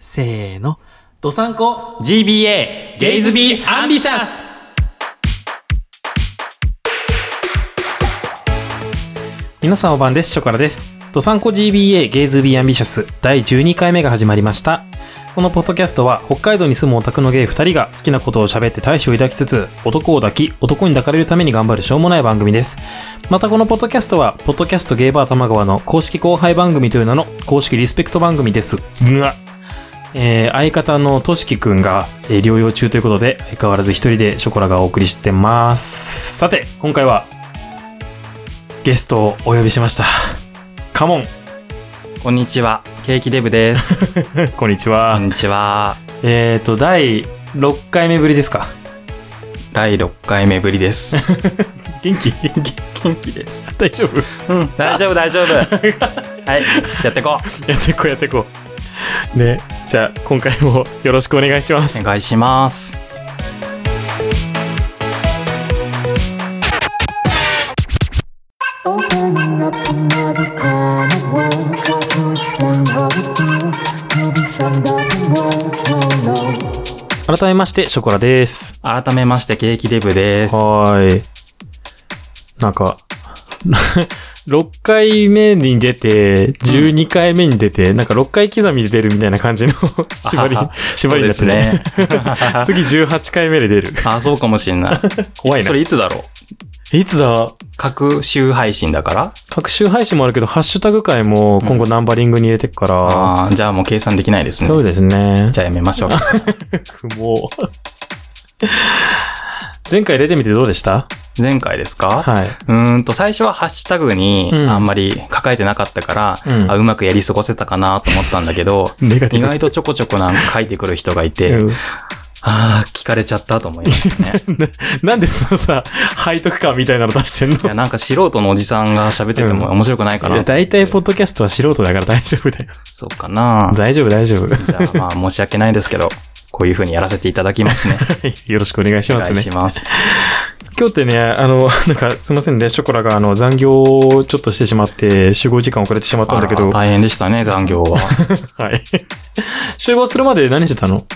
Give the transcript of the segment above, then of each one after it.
せーのドサンコ GBA ゲイズビーアンビシャス皆さんお晩ですショコラですドサンコ GBA ゲイズビーアンビシャス第12回目が始まりましたこのポッドキャストは北海道に住むオタクのゲイ2人が好きなことを喋って大志を抱きつつ男を抱き男に抱かれるために頑張るしょうもない番組ですまたこのポッドキャストはポッドキャストゲイバー玉川の公式後輩番組という名の公式リスペクト番組ですうわえー相方のとしきくんが、えー療養中ということで、相変わらず一人でショコラがお送りしてます。さて、今回は、ゲストをお呼びしました。カモンこんにちはケーキデブです こんにちこんは。にちはえっ、ー、と、第6回目ぶりですか。第6回目ぶりです 元気 元気元気です大丈夫うん大丈夫大丈夫 はいやってこやっていこうやっていこう。ね、じゃあ、今回もよろしくお願いしまうおす。願いします改めまして、ショコラです。改めましてケーキデブですはーい。なんか、6回目に出て、12回目に出て、なんか6回刻みで出るみたいな感じの 縛り、縛りになってね。そうですね 次18回目で出る。あそうかもしんない怖いなそれいつだろういつだ各週配信だから各週配信もあるけど、ハッシュタグ回も今後ナンバリングに入れてくから、ああーじゃあもう計算できないですねそうですね。じゃあやめましょうもう。 前回出てみてどうでした前回ですかはい。うーんと、最初はハッシュタグにうんあんまり書かれてなかったから、うん、あうまくやり過ごせたかなと思ったんだけど ネガティ 意ブ外とちょこちょこなんか書いてくる人がいて、うんああ、聞かれちゃったと思いましたね。 なんでそのさ、背徳感みたいなの出してんのいや、なんか素人のおじさんが喋っててうもん面白くないかいな。や大体ポッドキャストは素人だから大丈夫だよ。そうかな。大丈夫、大丈 夫。じゃあまあ申し訳ないですけど、こういう風にやらせていただきま すね。よろしくお願いしおま願すいねし。ます。今日ってね、あの、 なんかすいませんね、ショコラがあの残業をちょっとしてしまって、集合時間遅れてしまったんだけあど、らは大変でしたね、残業は。い。 集合するまで何してたの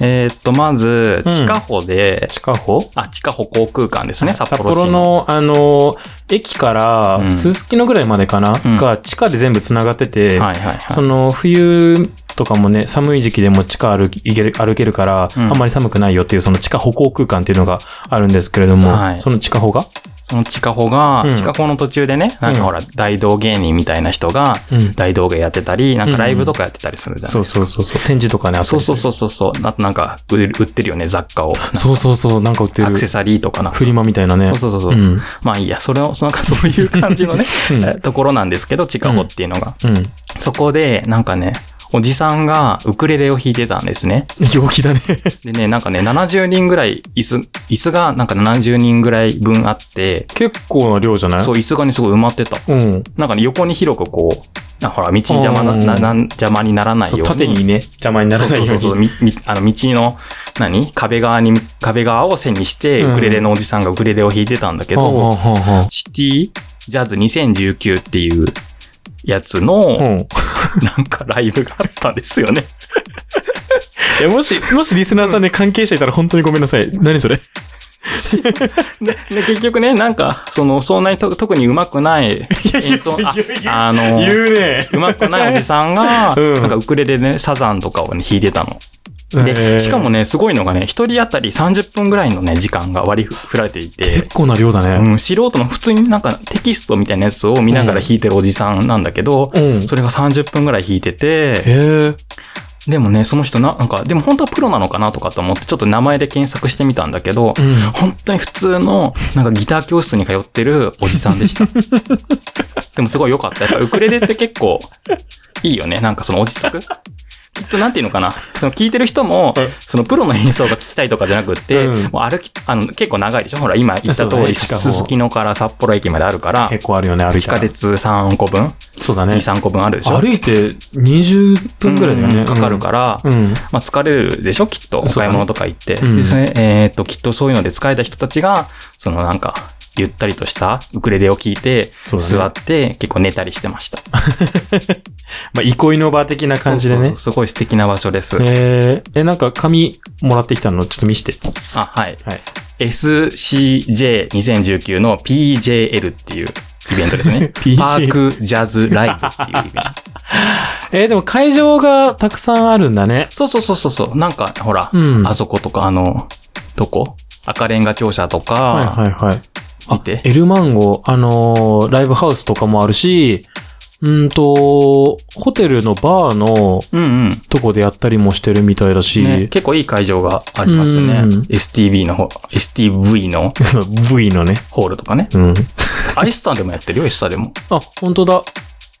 えーっと、まず、うん地下歩で、近保あ、地下歩航空間ですね、札幌市の。の、あの、駅から、うんすすきのぐらいまでかな、うんが地下で全部繋がってて、はいはいはい。その冬とかもね、寒い時期でも地下歩き行ける歩けるから、うんあんまり寒くないよっていう、その地下歩行空間っていうのがあるんですけれども、はいその地下歩がその地下歩が、うん地下歩の途中でね、なんうんかほら、大道芸人みたいな人が、うん大道芸やってたり、なんかライブとかやってたりするじゃん。そうそうそうそう。展示とかね、あったそうりすそるうそうそうそう。ななんか売れる、売ってるよね、雑貨を。そうそうそう、なんか売ってアるク。セサリーとかな。フリマみたいなね。そうそうそうそう。うん。まあいいや、それを、そのなんか そういう感じのね、えところなんですけど、地下歩っていうのが。 うん。そこで、なんかね、おじさんがウクレレを弾いてたんですね。陽気だね。でね、なんかね、70人ぐらい、椅子、椅子がなんか70人ぐらい分あって、結構な量じゃないそう、椅子がね、すごい埋まってた。うん。なんかね、横に広くこう、あほら、道に邪魔な、うんななん邪魔にならないよそううに。縦にね、邪魔になそらうないようそに。うそうそう、みみあの、道の、何壁側に、壁側を背にして、うんウクレレのおじさんがウクレレを弾いてたんだけど、はあはあはあはシティジャズ2019っていうやつの、あうん。なんかライブがあったんですよね。いや、もし、もしリスナーさんで関係者いたら本当にごめんなさい。何それで、 で結局ね、なんか、その、そんなにと特に上手くない演奏、ああの、言うね。上手くないおじさん が、うんなんかウクレレで、ね、サザンとかをね、弾いてたの。で、しかもね、ね、すごいのがね、一人当たり30分ぐらいのね、時間が割り振られていて、結構な量だね。うん、素人の普通になんかテキストみたいなやつを見ながら弾いてるおじさんなんだけど、うん。それが30分ぐらい弾いてて、へえ。でもね、その人な、なんか、でも本当はプロなのかなとかと思って、ちょっと名前で検索してみたんだけど、うん。本当に普通の、なんかギター教室に通ってるおじさんでした。 でもすごい良かった。やっぱウクレレって結構いいよね。なんかその落ち着く。きっとなんていうのかな。その聞いてる人もうん、そのプロの演奏が聞きたいとかじゃなくって、うんもう歩き、あの、結構長いでしょほら、今言ったそう通だねり、地下歩すすきのから札幌駅まであるから、結構あるよね、歩い地たら下鉄3個分、そうだ2、ね。 3個分あるでしょ歩いて20分ぐらいだようね。んかかるから、うん。まあ、疲れるでしょきっと。おそう買だねい物とか行って。うんで、それ、えーっと、きっとそういうので疲れた人たちが、そのなんか、ゆったりとしたウクレレを聴いて、そうだね座って、結構寝たりしてました。まあ、憩いの場的な感じでね。そうそうそうすごい素敵な場所です。えー、え、なんか紙もらってきたのちょっと見して。あ、はい。はい。 SCJ2019 の PJL っていうイベントです ね PJL。パークジャズライブっていうイベント。えー、でも会場がたくさんあるんだね。そうそうそうそうそう。なんか、ほら、うんあそことか、あの、どこ赤レンガ庁舎とか、はいはいはい。見てエルマンゴ、あのーライブハウスとかもあるし、うんと、ホテルのバーのうんうん。とこでやったりもしてるみたいだし、 ね、結構いい会場がありますね。うん STV の方、STV の V のね。ホールとかね。うん。アイスターでもやってるよ、スターでも。あ、本当だ。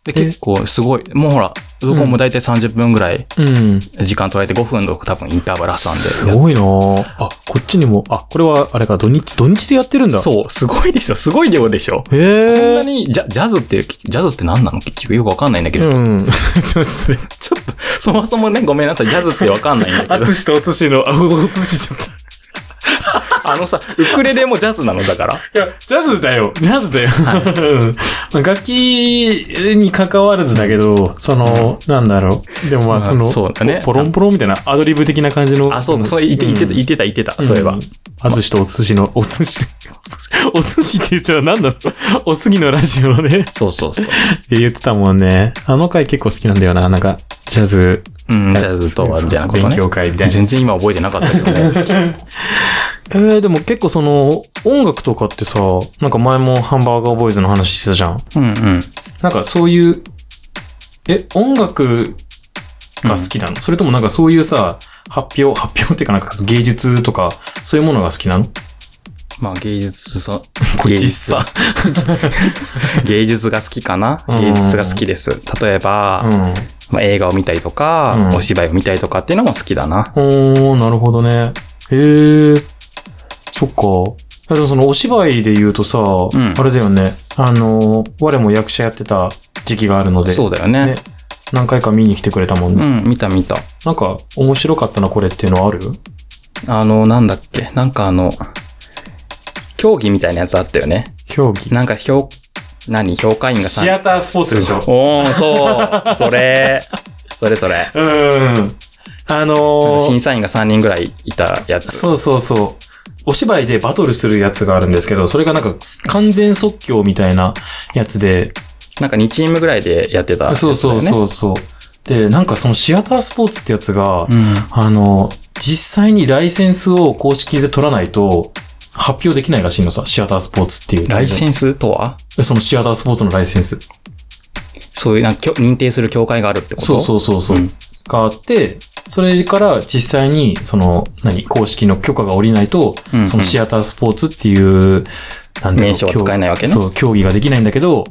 で、結構すごい。もうほら、どこも大体30分ぐらいうん。時間取られて5分の多分インターバル挟すんでやっごいなぁあ、こっちにも、あ、これはあれか、土日、土日でやってるんだ。そう、すごいでしょ、すごい量でしょ。へこんえなにジャジャズって、ジャズって何なの結局よくわかんないんだけど、うん。 ちょっとそれ、ちょっと、そもそもね、ごめんなさい、ジャズってわかんないん だけど、しとおつしの、あ、おつしちゃっあのさ、ウクレレもジャズなのだから。た。いや、ジャズだよ。ジャズだよ。 うん楽器に関わらずだけど、その、なんだろう。でもまあ、まあその、そうだねポロンポロンみたいなアドリブ的な感じの。あ、そうか、そう言って、言ってた、言ってた、言ってた、そういえば。あずしとお寿司の、お寿司、 お寿司って言っちゃうなんだろう。おすぎのラ ジオのね、っそうそうそう。て言ってたもんね。あの回結構好きなんだよな。なんか、ジャズ、うん、ジャズとは、みたいなことね勉。強会みたいな。全然今覚えてなかったけ どね。えー、でも結構その、音楽とかってさ、なんか前もハンバーガーボーイズの話してたじゃん。うんうん。なんかそういう、え、音楽が好きなの、それともなんかそういうさ、発表、発表っていうかなんか芸術とか、そういうものが好きなのこまあ芸 術さ、っちさ。芸術が好きかなうん芸術が好きです。例えば、うん。まあ、映画を見たりとか、うんお芝居を見たりとかっていうのも好きだな。おー、なるほどね。へー。そっか。いやでもそのお芝居で言うとさ、んあれだよね。あの、我も役者やってた時期があるので、そうだよねね何回か見に来てくれたもんね。うん、見た見た。なんか、面白かったな、これっていうのはあるあの、なんだっけ、なんかあの、競技みたいなやつあったよね。競技。なんか評、何評価員がさシアタースポーツでしょ。おー、そう、それ、それ それ。うーん。あなんのか審ー、査員が3人ぐらいいたやつ。そうそうそう。お芝居でバトルするやつがあるんですけど、それがなんか完全即興みたいなやつで、なんか2チームぐらいでやってた、そうそうう。そうそう。で、なんかそのシアタースポーツってやつが、うん。あの、実際にライセンスを公式で取らないと、発表できないらしいのさ、シアタースポーツっていう。ライセンンスとはスそのシアタースポーツのライセンス。そういう、なんかきょ、認定する協会があるってことそうそうそうそう。うんがあって、それから実際に、その、何、公式の許可が下りないと、うんうんそのシアタースポーツっていう、なんだろう名称は使えないわけね競そう、競技ができないんだけど、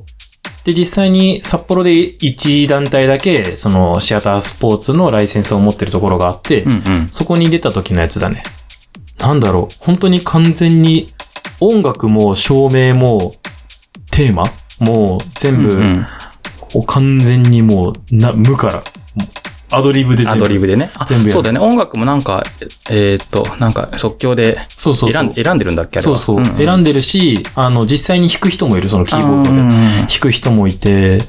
で、実際に札幌で1団体だけ、そのシアタースポーツのライセンスを持ってるところがあって、うんうん。そこに出た時のやつだね。なんだろう、本当に完全に音楽も照明もテーマも全部、うんうんを完全にもう、な、無から、アドリブで全ア部ドリブでね。あ全部やるそうだよね。音楽もなんか、えーっと、なんか即興でそうそうそう。選ん選んでるんだっけあれそはうそう、選んでるし、あの、実際に弾く人もいる、そのキーボードで。で。弾く人もいて、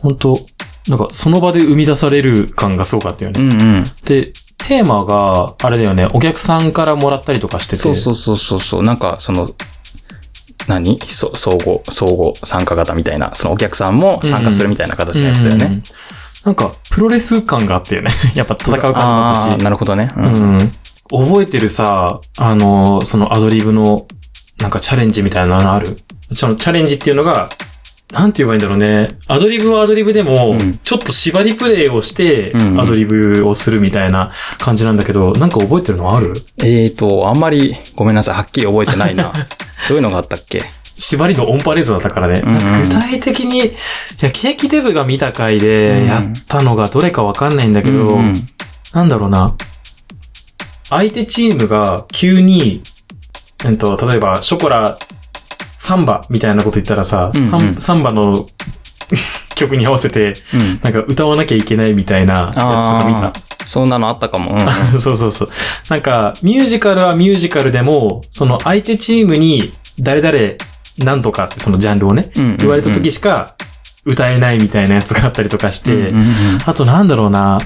本当なんかその場で生み出される感がすごかったよね。うんうんうんうん。で、テーマが、あれだよね、お客さんからもらったりとかしてて。そうそうそうそうそう。なんか、その、何そ総合、総合参加型みたいな、そのお客さんも参加するみたいな形のやつだようね。んなんか、プロレス感があったよね。 やっぱ戦う感じもあったしあ。ーなるほどね。うんうん。覚えてるさ、あの、そのアドリブの、なんかチャレンジみたいなのあるそのチャレンジっていうのが、なんて言えばいいんだろうね。アドリブはアドリブでも、うんちょっと縛りプレイをしてう、んアドリブをするみたいな感じなんだけど、なんか覚えてるのあるえーっと、あんまり、ごめんなさい。はっきり覚えてない な。どういうのがあったっけ縛りのオンパレードだったからね。うんうんなんか具体的に、いや、ケーキデブが見た回うでんやったのがどれかわかんないんだけど、うんうんなんだろうな。相手チームが急に、えっと、例えば、ショコラ、サンバみたいなこと言ったらさ、うんうんサンサンバの 曲に合わせて、うんなんか歌わなきゃいけないみたいなやつとか見あた。あ、そんなのあったかも。うんう んそうそうそう。なんか、ミュージカルはミュージカルでも、その相手チームに、誰々、なんとかってそのジャンルをね、うんうんうん言われた時しか歌えないみたいなやつがあったりとかして、うんうんうんあとなんだろうな。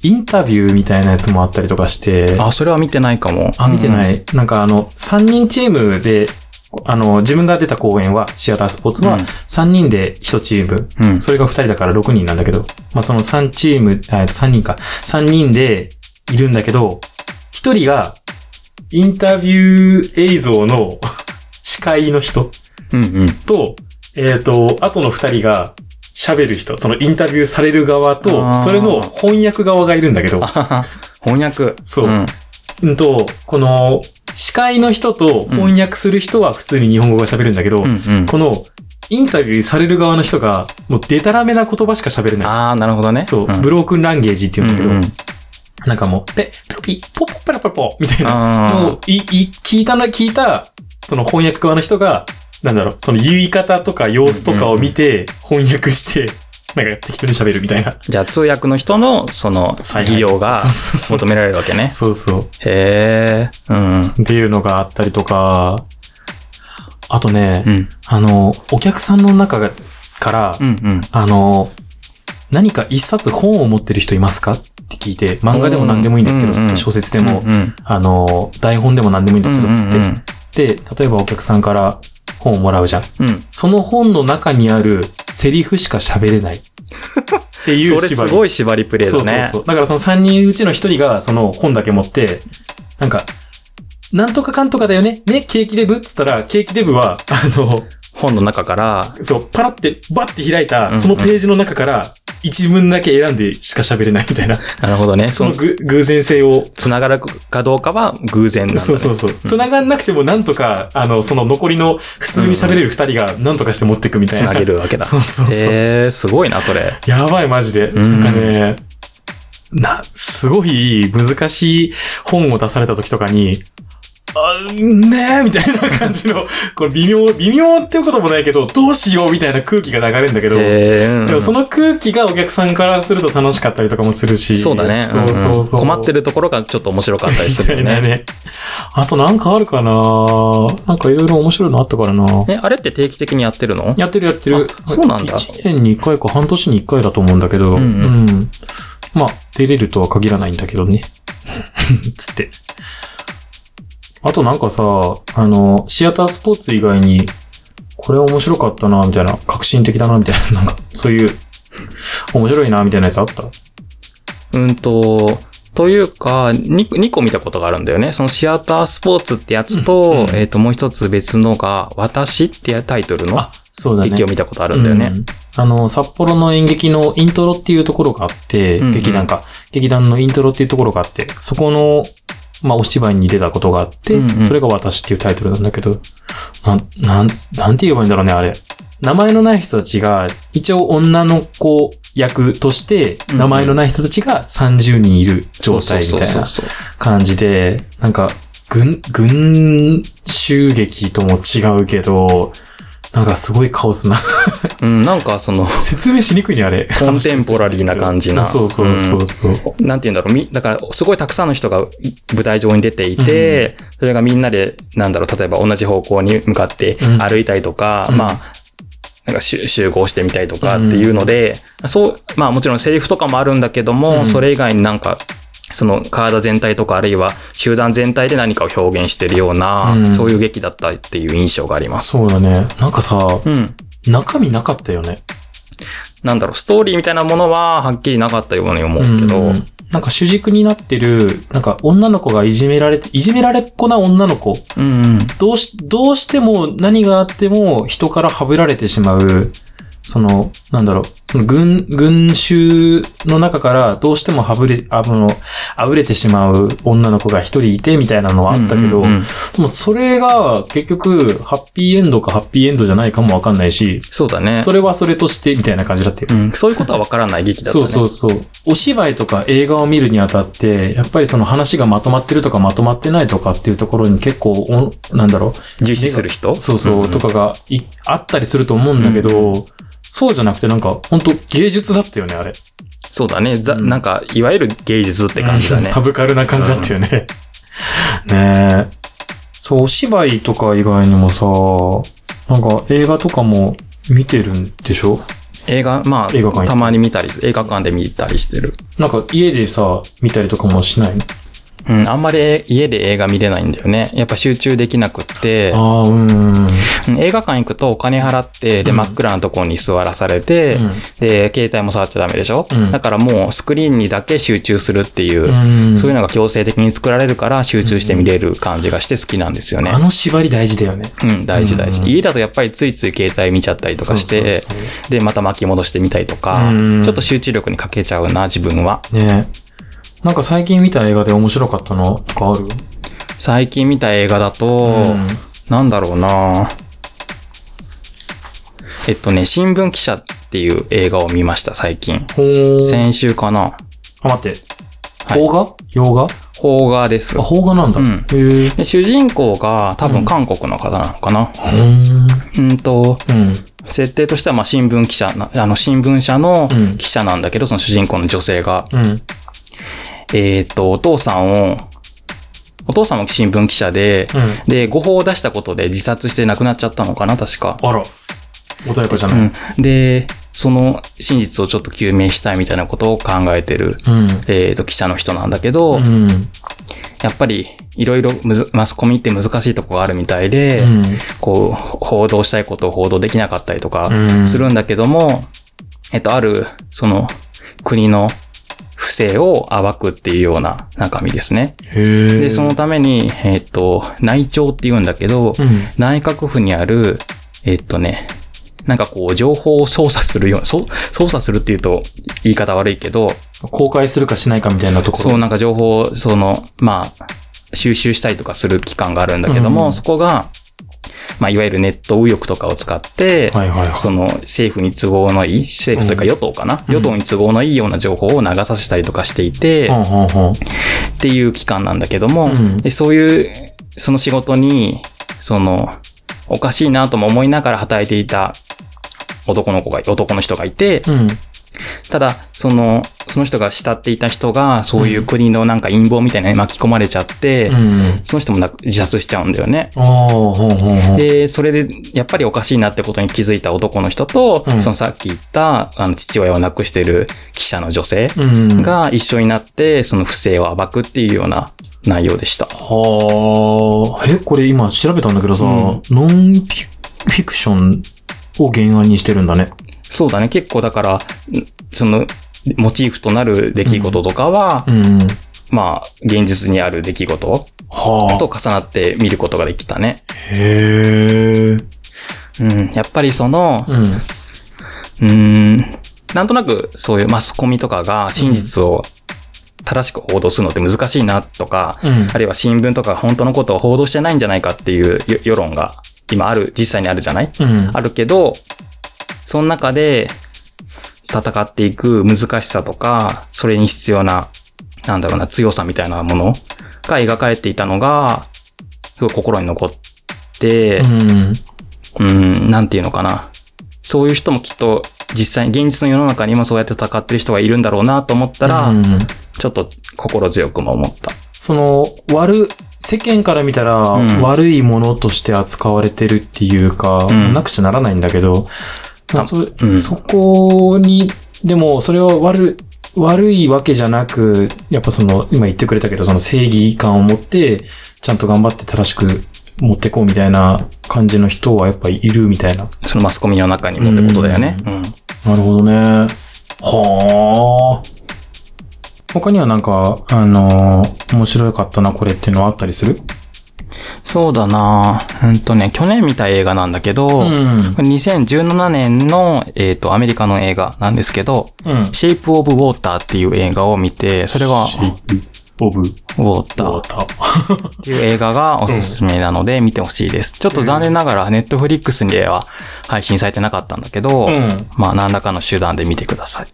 インタビューみたいなやつもあったりとかして、あ、それは見てないかも。あ、見てなうん。い。なんかあの、3人チームで、あの、自分が出た公演は、シアタースポーツはうん、 3人で1チーム。うん。それが2人だから6人なんだけど、まあ、その3チーム、あえっと3人か、3人でいるんだけど、1人が、インタビュー映像の司会の人うんうん。と、えっ、と、後の2人が喋る人、そのインタビューされる側とあ、ーそれの翻訳側がいるんだけどあ、はは翻訳。そうんうんと、この、司会の人と翻訳する人は普通に日本語が喋るんだけど、うんうん。この、インタビューされる側の人が、もうデタラメな言葉しか喋れない。ああ、なるほどね。そう、んブロークンランゲージって言うんだけど、うんうんなんかもう、で、ペロピ、ポポペラペラポ、みたいな。もあう、い、い、聞いたな、聞いた、その翻訳側の人が、なんだろう、その言い方とか様子とかを見て、翻訳して、なんか適当に喋るみたいな。ーじゃあ通訳の人の、その、はいはい技量がそうそうそう求められるわけね。そうそう。へえ。うんうん。っていうのがあったりとか、あとね、うん。あの、お客さんの中がから、うんうん。あの、何か一冊本を持ってる人いますかって聞いて、漫画でも何でもいいんですけど、うんつって小説でも、うんうん。あの、台本でも何でもいいんですけど、つうんうんって。で、例えばお客さんから本をもらうじゃん。うんうん。その本の中にあるセリフしか喋れない。っていうそれ縛り。すごい縛りプレイそうだそうね。そう。だからその3人うちの1人がその本だけ持って、なんか、なんとかかんとかだよねねケーキデブっつったら、ケーキデブは、あの、本の中から、そう、パラって、バッて開いうんうた、んそのページの中から、一文だけ選んでしか喋れないみたいな。なるほどね。そそのの、ぐ偶然性を。繋がるかどうかは偶然なんだね。そうそうそう。繋がんなくても、なんとか、あの、その残りの、普通に喋れる二人が、なんとかして持っていくみたいな。繋げるわけだ。そうそうそう。へえ、すごいな、それ。やばい、マジで。んなんかね、な、すごい難しい本を出された時とかに、あねえみたいな感じの、これ微妙、微妙っていうこともないけど、どうしようみたいな空気が流れるんだけど、へえ。うんでもその空気がお客さんからすると楽しかったりとかもするし。そうだね。そうそうそう。んん困ってるところがちょっと面白かった りみすたるいよなね。ね。あとなんかあるかななんかいろいろ面白いのあったからなえ、あれって定期的にやってるのやってるやってる。あそうなんだ1年に1回か半年に1回だと思うんだけど、うんうんうんまあ、出れるとは限らないんだけど ね。つって。あとなんかさ、あの、シアタースポーツ以外に、これ面白かったな、みたいな、革新的だな、みたいな、なんか、そういう、面白いな、みたいなやつあったうんと、というか、2, 2個見たことがあるんだよね。そのシアタースポーツってやつと、うんうんえっ、と、もう一つ別のが、私っていうタイトルのあ、そうだね。劇を見たことあるんだよね。うんあの、札幌の演劇のイントロっていうところがあって、うんうん劇団か、劇団のイントロっていうところがあって、そこの、まあ、お芝居に出たことがあって、うんうんそれが私っていうタイトルなんだけど、なん、なん、なんて言えばいいんだろうね、あれ。名前のない人たちが、一応女の子役として、うんうん名前のない人たちが30人いる状態みたいそなうそうそうそう感じで、なんか、軍、軍襲劇とも違うけど、なんかすごいカオスなうん、なんかその、説明しにくいね、あれ。コンテンポラリーな感じな。そうそうそうそう。うんなんて言うんだろう、み、だから、すごいたくさんの人が舞台上に出ていて、それがみんなで、なんだろう、例えば同じ方向に向かってうん歩いたりとか、うんまあ、なんか集集合してみたりとかっていうので、そう、まあもちろんセリフとかもあるんだけども、うんそれ以外になんか、その体全体とかあるいは集団全体で何かを表現してるような、うんそういう劇だったっていう印象があります。そうだね。なんかさ、うん。中身なかったよね。なんだろう、ストーリーみたいなものははっきりなかったように思うけど、うんなんか主軸になってる、なんか女の子がいじめられて、いじめられっ子な女の子。うんうんどうし、どうしても何があっても人からはぶられてしまう。その、なんだろう、その群、群衆の中からどうしてもはぶれ、あの、あぶれてしまう女の子が一人いてみたいなのはあったけど、うんうんうんでもそれが結局、ハッピーエンドかハッピーエンドじゃないかもわかんないし、そうだね。それはそれとしてみたいな感じだったよ。うん、そういうことは分からない劇だったそね。うそうそう。お芝居とか映画を見るにあたって、やっぱりその話がまとまってるとかまとまってないとかっていうところに結構、おなんだろ重視する人う、そうそう、とか。かがいあったりすると思うんだけど、そうじゃなくてなんか、本当芸術だったよね、あれ。そうだね。ざ、うんなんか、いわゆる芸術って感じだね。サブカルな感じだったよね。 ねえ。そう、お芝居とか以外にもさ、なんか映画とかも見てるんでしょ映画、まあ、映画館行ってたまに見たり、映画館で見たりしてる。なんか家でさ、見たりとかもしないのうん、あんまり家で映画見れないんだよね。やっぱ集中できなくって、ああ、うんうんうん。うん映画館行くとお金払って、で、うん真っ暗なところに座らされて、うんで、携帯も触っちゃダメでしょ、うんだからもうスクリーンにだけ集中するっていう、うんそういうのが強制的に作られるから集中して見れる感じがして好きなんですよねあ。の縛り大事だよね。うん、大事大事。うん家だとやっぱりついつい携帯見ちゃったりとかして、そうそうそで、また巻き戻してみたりとか、うんちょっと集中力に欠けちゃうな、自分は。うねえなんか最近見た映画で面白かったのとかある最近見た映画だと、うんなんだろうなえっとね、新聞記者っていう映画を見ました、最近。ほー。先週かなあ、待って。はい邦画洋画邦画ですあ、。邦画なんだ。うんへえ。で主人公が多分韓国の方なのかな、うーん。うん、と、うん。設定としてはまあ新聞記者な、あの新聞社のうん記者なんだけど、その主人公の女性が、うん。えーっと、お父さんを、お父さんも新聞記者で、うん。で、誤報を出したことで自殺して亡くなっちゃったのかな、確か。あら。穏やかじゃうない。ん。で、その真実をちょっと究明したいみたいなことを考えてる、うん。えーっと、記者の人なんだけど、うん。やっぱり、いろいろむずマスコミって難しいとこがあるみたいで、うん。こう、報道したいことを報道できなかったりとかうんするんだけども、えっと、ある、その、国の不正を暴くっていうような中身ですね。へえ。で、その、ために、えっと、内調って言うんだけど、うん。内閣府にある、えっとね、なんかこう、情報を操作するような、そう操作するっていうと言い方悪いけど、公開するかしないかみたいなところ。そう、なんか情報を、その、まあ、収集したりとかする機関があるんだけども、うんそこが、まあ、いわゆるネット右翼とかを使って、はいはいはいその政府に都合のいい、政府というか与党かな、うん与党に都合のいいような情報を流させたりとかしていて、うんっうんうん。ていう機関なんだけども、うんでそういう、その仕事に、その、おかしいなとも思いながら働いていた男の子が、男の人がいて、うん。ただ、その、その人が慕っていた人が、そういう国のなんか陰謀みたいなのに巻き込まれちゃって、うん。その人もな自殺しちゃうんだよね。ああ、ほうほうほう。で、それで、やっぱりおかしいなってことに気づいた男の人と、うんそのさっき言った、あの、父親を亡くしてる記者の女性うん。、が一緒になって、その不正を暴くっていうような内容でした。はあ、え、これ今調べたんだけどさ、うんノンフィフィクションを原案にしてるんだね。そうだね、結構だから、んその、モチーフとなる出来事とかは、うん。まあ、現実にある出来事はと重なって見ることができたね。あ。へえ。うん、やっぱりその、うん。うーん、なんとなくそういうマスコミとかが真実を正しく報道するのって難しいなとか、うんあるいは新聞とかが本当のことを報道してないんじゃないかっていうよ世論が今ある、実際にあるじゃない、うん。あるけど、その中で戦っていく難しさとか、それに必要な、なんだろうな、強さみたいなものが描かれていたのが、すごい心に残って、うん。うん、なんていうのかな。そういう人もきっと実際に現実の世の中にもそうやって戦ってる人がいるんだろうなと思ったら、うん、ちょっと心強くも思った。その、悪、世間から見たら、ん悪いものとして扱われてるっていうか、うんなくちゃならないんだけど、あそうんそこに、でも、それは悪、悪いわけじゃなく、やっぱその、今言ってくれたけど、その正義感を持って、ちゃんと頑張って正しく持ってこうみたいな感じの人はやっぱいるみたいな。そのマスコミの中にもってことだよね。ううんなん。るほどね。はあ。他にはなんか、あのー面白かったな、これっていうのはあったりするそうだなうんとね、去年見た映画なんだけど、んこ。れ2017年の、えっ、と、アメリカの映画なんですけど、うん。シェイプオブウォーターっていう映画を見て、それが、シェイプ、オブ、ウォーターダーっタ。ていう映画がおすすめなので見てほしいです。ちょっと残念ながら、ネットフリックスでは配信されてなかったんだけど、うん。まあ、何らかの手段で見てください。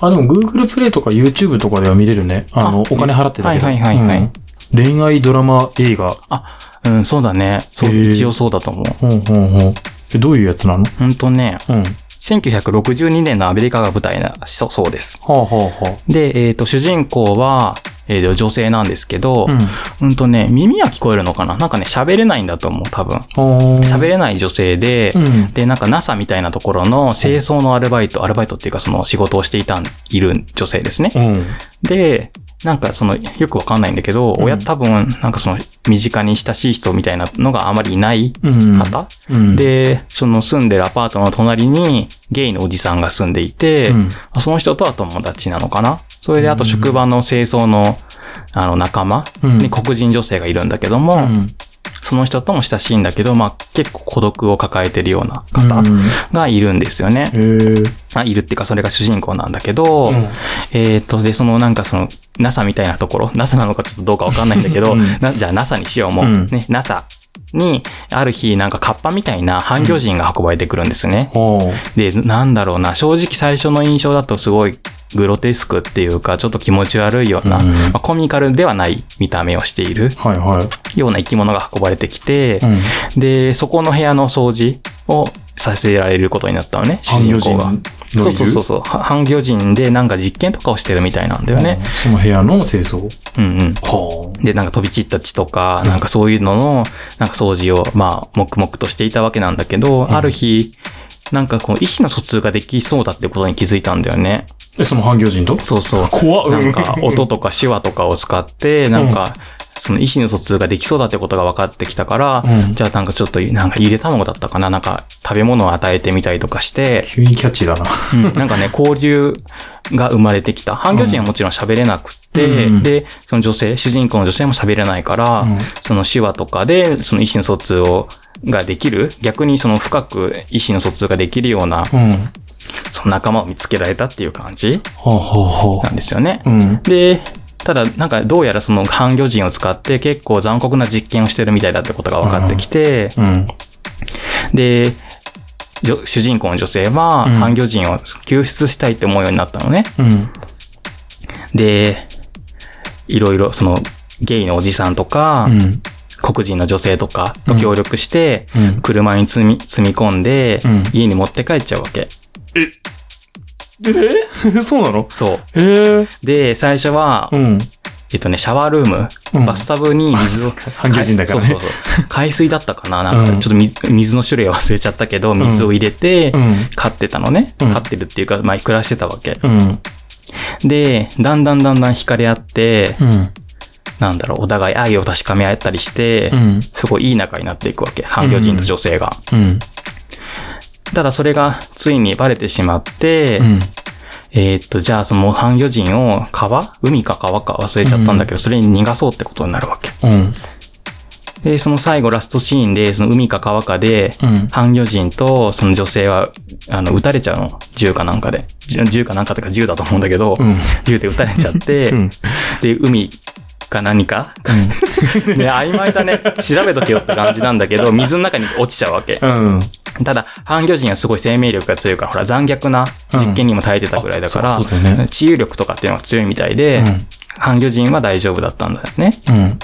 あ、でも Google プレイとか YouTube とかでは見れるね。あの、あお金払ってたけど。はいはいはいはいうん恋愛ドラマ映画。あ、うん、そうだね。そう、へー一応そうだと思う。ほんほんほん。え、どういうやつなのほんとね、うん。 1962年のアメリカが舞台な、そうそうです。ほうほうほう。で、えっ、と、主人公は、えーと女性なんですけど、うん。うんとね、耳は聞こえるのかななんかね、喋れないんだと思う、多分。ほう。喋れない女性で、うん。で、なんか NASA みたいなところの清掃のアルバイト、アルバイトっていうかその仕事をしていた、いる女性ですね。うん。で、なんかその、よくわかんないんだけど、うん親多分、なんかその、身近に親しい人みたいなのがあまりいないうん。方、うん。、で、その住んでるアパートの隣にゲイのおじさんが住んでいて、うん。その人とは友達なのかなそれであとうん職場の清掃の、あの仲間うんに黒人女性がいるんだけども、その人とも親しいんだけど、まあ結構孤独を抱えてるような方うん。がいるんですよね。へーあいるっていうかそれが主人公なんだけうど、んえーっと、で、そのなんかその NASA みたいなところ、NASA なのかちょっとどうかわかんないんだけど、うんなじゃあ NASA にしようもう、うんね、NASA にある日なんかカッパみたいな半魚人が運ばれてくるんですね。ほう。で、なんだろうな、正直最初の印象だとすごいグロテスクっていうか、ちょっと気持ち悪いような、うんまあコミカルではない見た目をしているはいはい。ような生き物が運ばれてきて、うん。で、そこの部屋の掃除をさせられることになったのね、主半魚人人公がの。いるそうそうそうそう。は半魚人でなんか実験とかをしてるみたいなんだよね。あーその部屋の清掃。うんうん。はで、なんか飛び散った血とか、なんかそういうのの、なんか掃除を、まあ、黙々としていたわけなんだけど、ある日、なんかこう、意思の疎通ができそうだってことに気づいたんだよね。あ。え、その半魚人とそうそう。怖っなんか、音とか手話とかを使って、なんか、その意思の疎通ができそうだってことが分かってきたから、うんじゃあなんかちょっと、なんかゆで卵だったかななんか食べ物を与えてみたりとかして、急にキャッチーだな。うんなんかね、交流が生まれてきた。半魚人はもちろん喋れなくて、うんで、その女性、主人公の女性も喋れないから、うんその手話とかで、その意思の疎通を、ができる逆にその深く意思の疎通ができるような、うん。はその仲間を見つけられたっていう感じあはあはなんですよねあ。。うん。で、ただ、なんか、どうやらその半魚人を使って結構残酷な実験をしてるみたいだってことが分かってきて、うん。で、じょ主人公の女性は、うん半魚人を救出したいって思うようになったのね。うん。で、いろいろ、その、ゲイのおじさんとか、うん。黒人の女性とかと協力して、うん車に積み、積み込んで、うん家に持って帰っちゃうわけ。えそうなのそう。へえ。で、最初は、うん。えっとね、シャワールーム、うんバスタブに水を、半魚人だからねそうそうそう。海水だったかななんうんか、ちょっと水水の種類忘れちゃったけど、水を入れてう、ん。飼ってたのね。うん飼ってるっていうか、まあ、暮らしてたわけ。うん。で、だんだんだんだん惹かれ合って、うん。なんだろう、お互い愛を確かめ合ったりして、うん。すごいいい仲になっていくわけ。半魚人と女性が。うん。ただそれがついにバレてしまって、うん。えーっと、じゃあその半魚人を川海か川か忘れちゃったんだけど、それに逃がそうってことになるわけ。うん。で、その最後ラストシーンで、その海か川かで、うん。半魚人とその女性は、あの、撃たれちゃうの。銃かなんかで。じゅ銃かなんかってか銃だと思うんだけど、うん。銃で撃たれちゃって、うんで、海か何か、 ね、曖昧だね。調べとけよって感じなんだけど、水の中に落ちちゃうわけ。うん。ただ、半魚人はすごい生命力が強いから、ほら、残虐な実験にも耐えてたぐらいだから、うんあそうそうだよね治癒力とかっていうのが強いみたいで、うん半魚人は大丈夫だったんだよね。うん。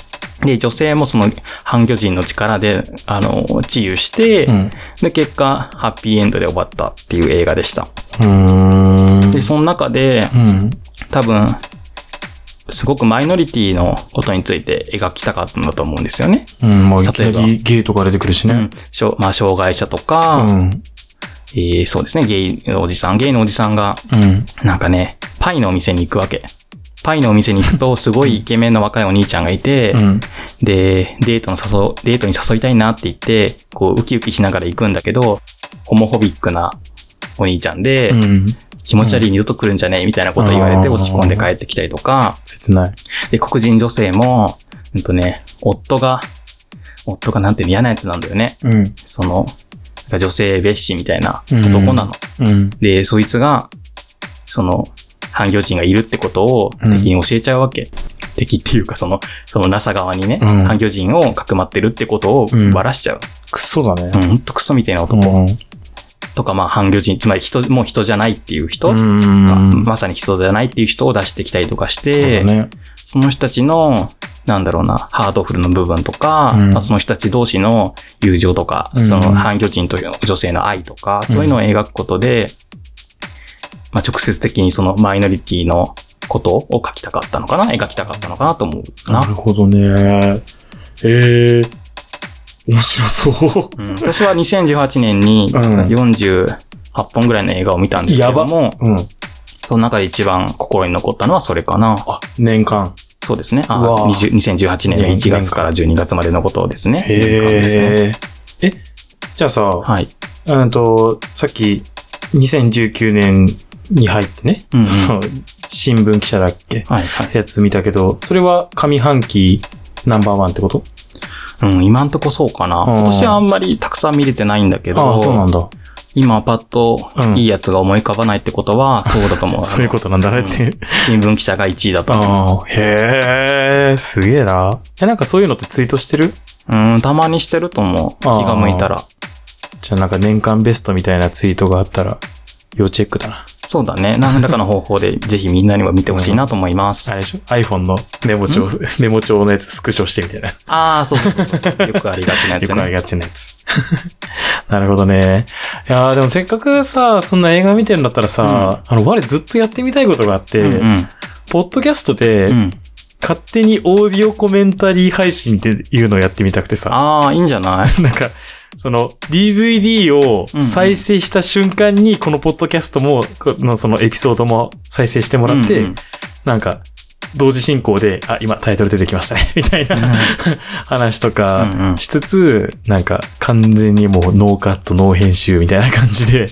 で、女性もその半魚人の力で、あの、治癒して、うんで、結果、ハッピーエンドで終わったっていう映画でした。うん。で、その中で、うん。多分、すごくマイノリティのことについて描きたかったんだと思うんですよね。うん。まあ、いきな例えばりゲートが出てくるしね。うん。しょまあ、障害者とか、うん。えーそうですね、ゲイのおじさん、ゲイのおじさんが、うん。なんかね、パイのお店に行くわけ。パイのお店に行くと、すごいイケメンの若いお兄ちゃんがいて、うん。で、デートの誘う、デートに誘いたいなって言って、こう、ウキウキしながら行くんだけど、ホモホビックなお兄ちゃんで、うん。気持ち悪い二度と来るんじゃねえみたいなこと言われてうん落ち込んで帰ってきたりとか、切ない。で、黒人女性も、うんとね、夫が、夫がなんていうの嫌なやつなんだよね。うん。その、なんか女性蔑視みたいなうん男なの。うん。で、そいつが、その、半魚人がいるってことをうん敵に教えちゃうわけ。敵っていうか、その、その NASA 側にね、うん半魚人をかくまってるってことをうんばらしちゃう。クソだうん、ね。ほんとクソみたいな男うん。とか、まあ、半魚人、つまり人、もう人じゃないっていう人、うん。まさに人じゃないっていう人を出してきたりとかしそうて、だね。その人たちの、なんだろうな、ハートフルの部分とか、うんまあその人たち同士の友情とか、うんその反巨人と女性の愛とか、そういうのを描くことで、まあ、直接的にそのマイノリティのことを書きたかったのかな、描きたかったのかなと思うな。なるほどね。ええ面白そう。うん、私は2018年にうん48本ぐらいの映画を見たんですけども、 うん。その中で一番心に残ったのはそれかな。年間。そうですね。あうわ20 2018年の1月から12月までのことをですね。ですねへえ。え、じゃあさ、はい。うんと、さっき、2019年に入ってね、うんうんその、新聞記者だっけはい、はい。やつ見たけど、それは上半期ナンバーワンってことうん、今んとこそうかな。うん今年はあんまりたくさん見れてないんだけあどあ、、そうなんだ。今パッとうんいいやつが思い浮かばないってこと は、そうだと思う。そういうことなんだねって。あの新聞記者が1位だと。ああ、へえ、すげえな。え、なんかそういうのってツイートしてるうん、たまにしてると思う。気あーが向いたら。じゃあなんか年間ベストみたいなツイートがあったら、要チェックだな。そうだね。何らかの方法で、 ぜひみんなにも見てほしいなと思います。あれでしょ ?iPhone のメモ帳、 メモ帳のやつスクショしてみたいな。よああ、そうそうそうそう。よくありがちなや つくありね。がちなやつ。なるほどね。いやーでもせっかくさ、そんな映画見てるんだったらさ、あの、我ずっとやってみたいことがあって、うんうんポッドキャストで、うん。勝手にオーディオコメンタリー配信っていうのをやってみたくてさ、ああ、いいんじゃないなんか、その DVD を再生した瞬間に、このポッドキャストも、このそのエピソードも再生してもらって、うんうんなんか、同時進行で、あ、今タイトル出てきましたね、 みたいな話とうんうかんしつつ、なんか完全にもうノーカット、ノー編集みたいな感じで、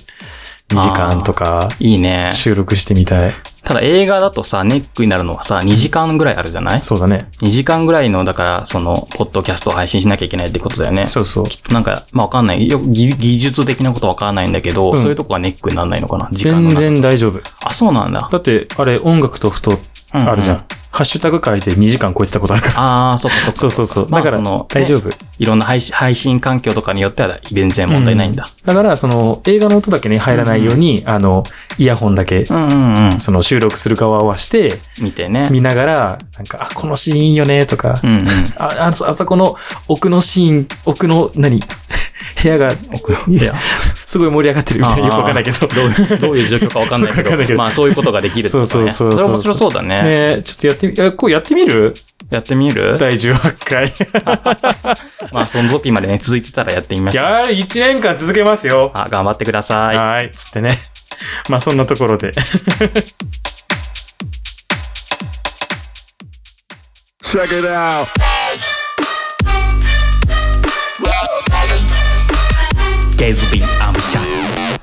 2時間とかいいね。収録してみたい。ただ映画だとさ、ネックになるのはさ、2時間ぐらいあるじゃないそうだね。 ?2 時間ぐらいの、だから、その、ポッドキャストを配信しなきゃいけないってことだよね。そうそう。なんか、まあわかんない。よ技技術的なことわからないんだけど、うんそういうとこがネックにならないのかな時間の全中然大丈夫。あ、そうなんだ。だって、あれ音楽とふとううあるじゃん。。ハッシュタグ書いて2時間超えてたことあるから。ああ、そっかそっか。そうそうそう。まだかあら、その大丈夫。いろんな配信配信環境とかによっては全然問題ないんだ。だから、その、映画の音だけね、入らないように、あの、イヤホンだけ、うんうんうん。その、収録する側はして、見てね。見ながら、なんか、あ、このシーンいいよね、とか、うんうん。あ、ああそあそこの奥のシーン、奥の、何 部屋が、いや、すごい盛り上がってるみたいな、よくわかんないけど。どういうどういう状況かわかんないけわかんないけど、どまあそういうことができるってことかね。そうそうそうそうれ面白そうだね。 ねえちょっとやってみ、えこうやってみるやって みる第18回。まあその時までね、続いてたらやってみ まいしょう。やー、1年間続けますよ。あ、頑張ってください。はーい、つってね。まあ、そんなところで。 Check it out. ゲイズビーアンビシャス。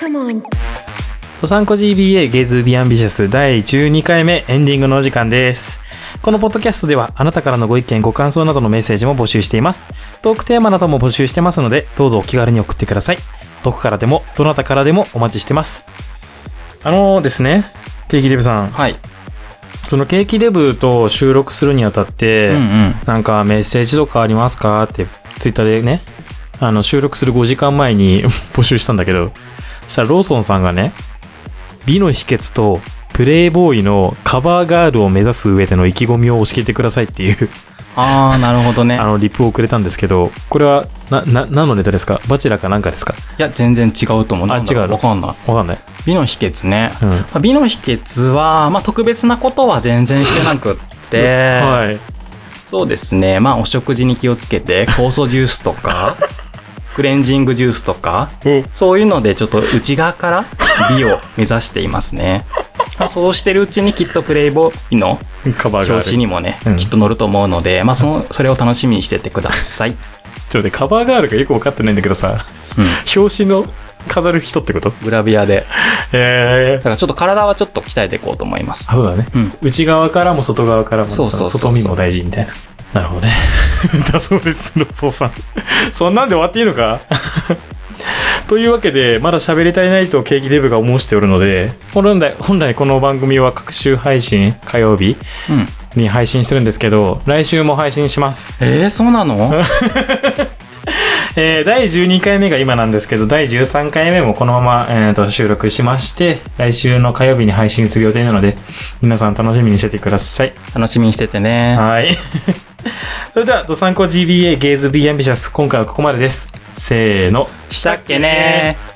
Come on. ドサンコ GBA ゲイズビアンビシャス第12回目エンディングのお時間です。このポッドキャストではあなたからのご意見、ご感想などのメッセージも募集しています。トークテーマなども募集してますので、どうぞお気軽に送ってください。どこからでも、どなたからでもお待ちしてます。あのーですね、ケーキデブさん、はい。そのケーキデブと収録するにあたって、うんうん。なんかメッセージとかありますかってツイッターでね、あの収録する5時間前に 募集したんだけど、そしたらローソンさんがね、美の秘訣とプレイボーイのカバーガールを目指す上での意気込みを教えてくださいっていうああ、なるほどねあ。のリプをくれたんですけど、これはな、な、何のネタですかバチェラかなんかですかいや、全然違うと思う。あなんだろ違うのわかんない。わかんない。美の秘訣ね。うんまあ美の秘訣は、まあ特別なことは全然してなくって、 はい。そうですね。まあお食事に気をつけて、酵素ジュースとか、 クレンジングジュースとか、そういうのでちょっと内側から美を目指していますね。まあ、そうしてるうちにきっとプレイボーイのカバーガール。表紙にもね、うんきっと載ると思うので、まあその、それを楽しみにしててください。ちょっとね、カバーガールがよくわかってないんだけどさ、表紙の飾る人ってことグラビアで。えだからちょっと体はちょっと鍛えていこうと思いますあ、。そうだね。うん内側からも外側からも、そうそうそう外見も大事みたいな。なるほど ね。だそうです、ロソさん。 そんなんで終わっていいのか というわけで、まだ喋り足りないとケーキデブが申しておるので、本来、本来この番組は各週配信、火曜日うん。に 配信してるんですけど、来週も配信します。えー、そうなの えー第12回目が今なんですけど、第13回目もこのまま、えーと収録しまして、来週の火曜日に配信する予定なので、皆さん楽しみにしててください。楽しみにしててね。はい。 それでは、ドサンコ GBA ゲイズ B アンビシャス、今回はここまでです。せーの。したっけねー。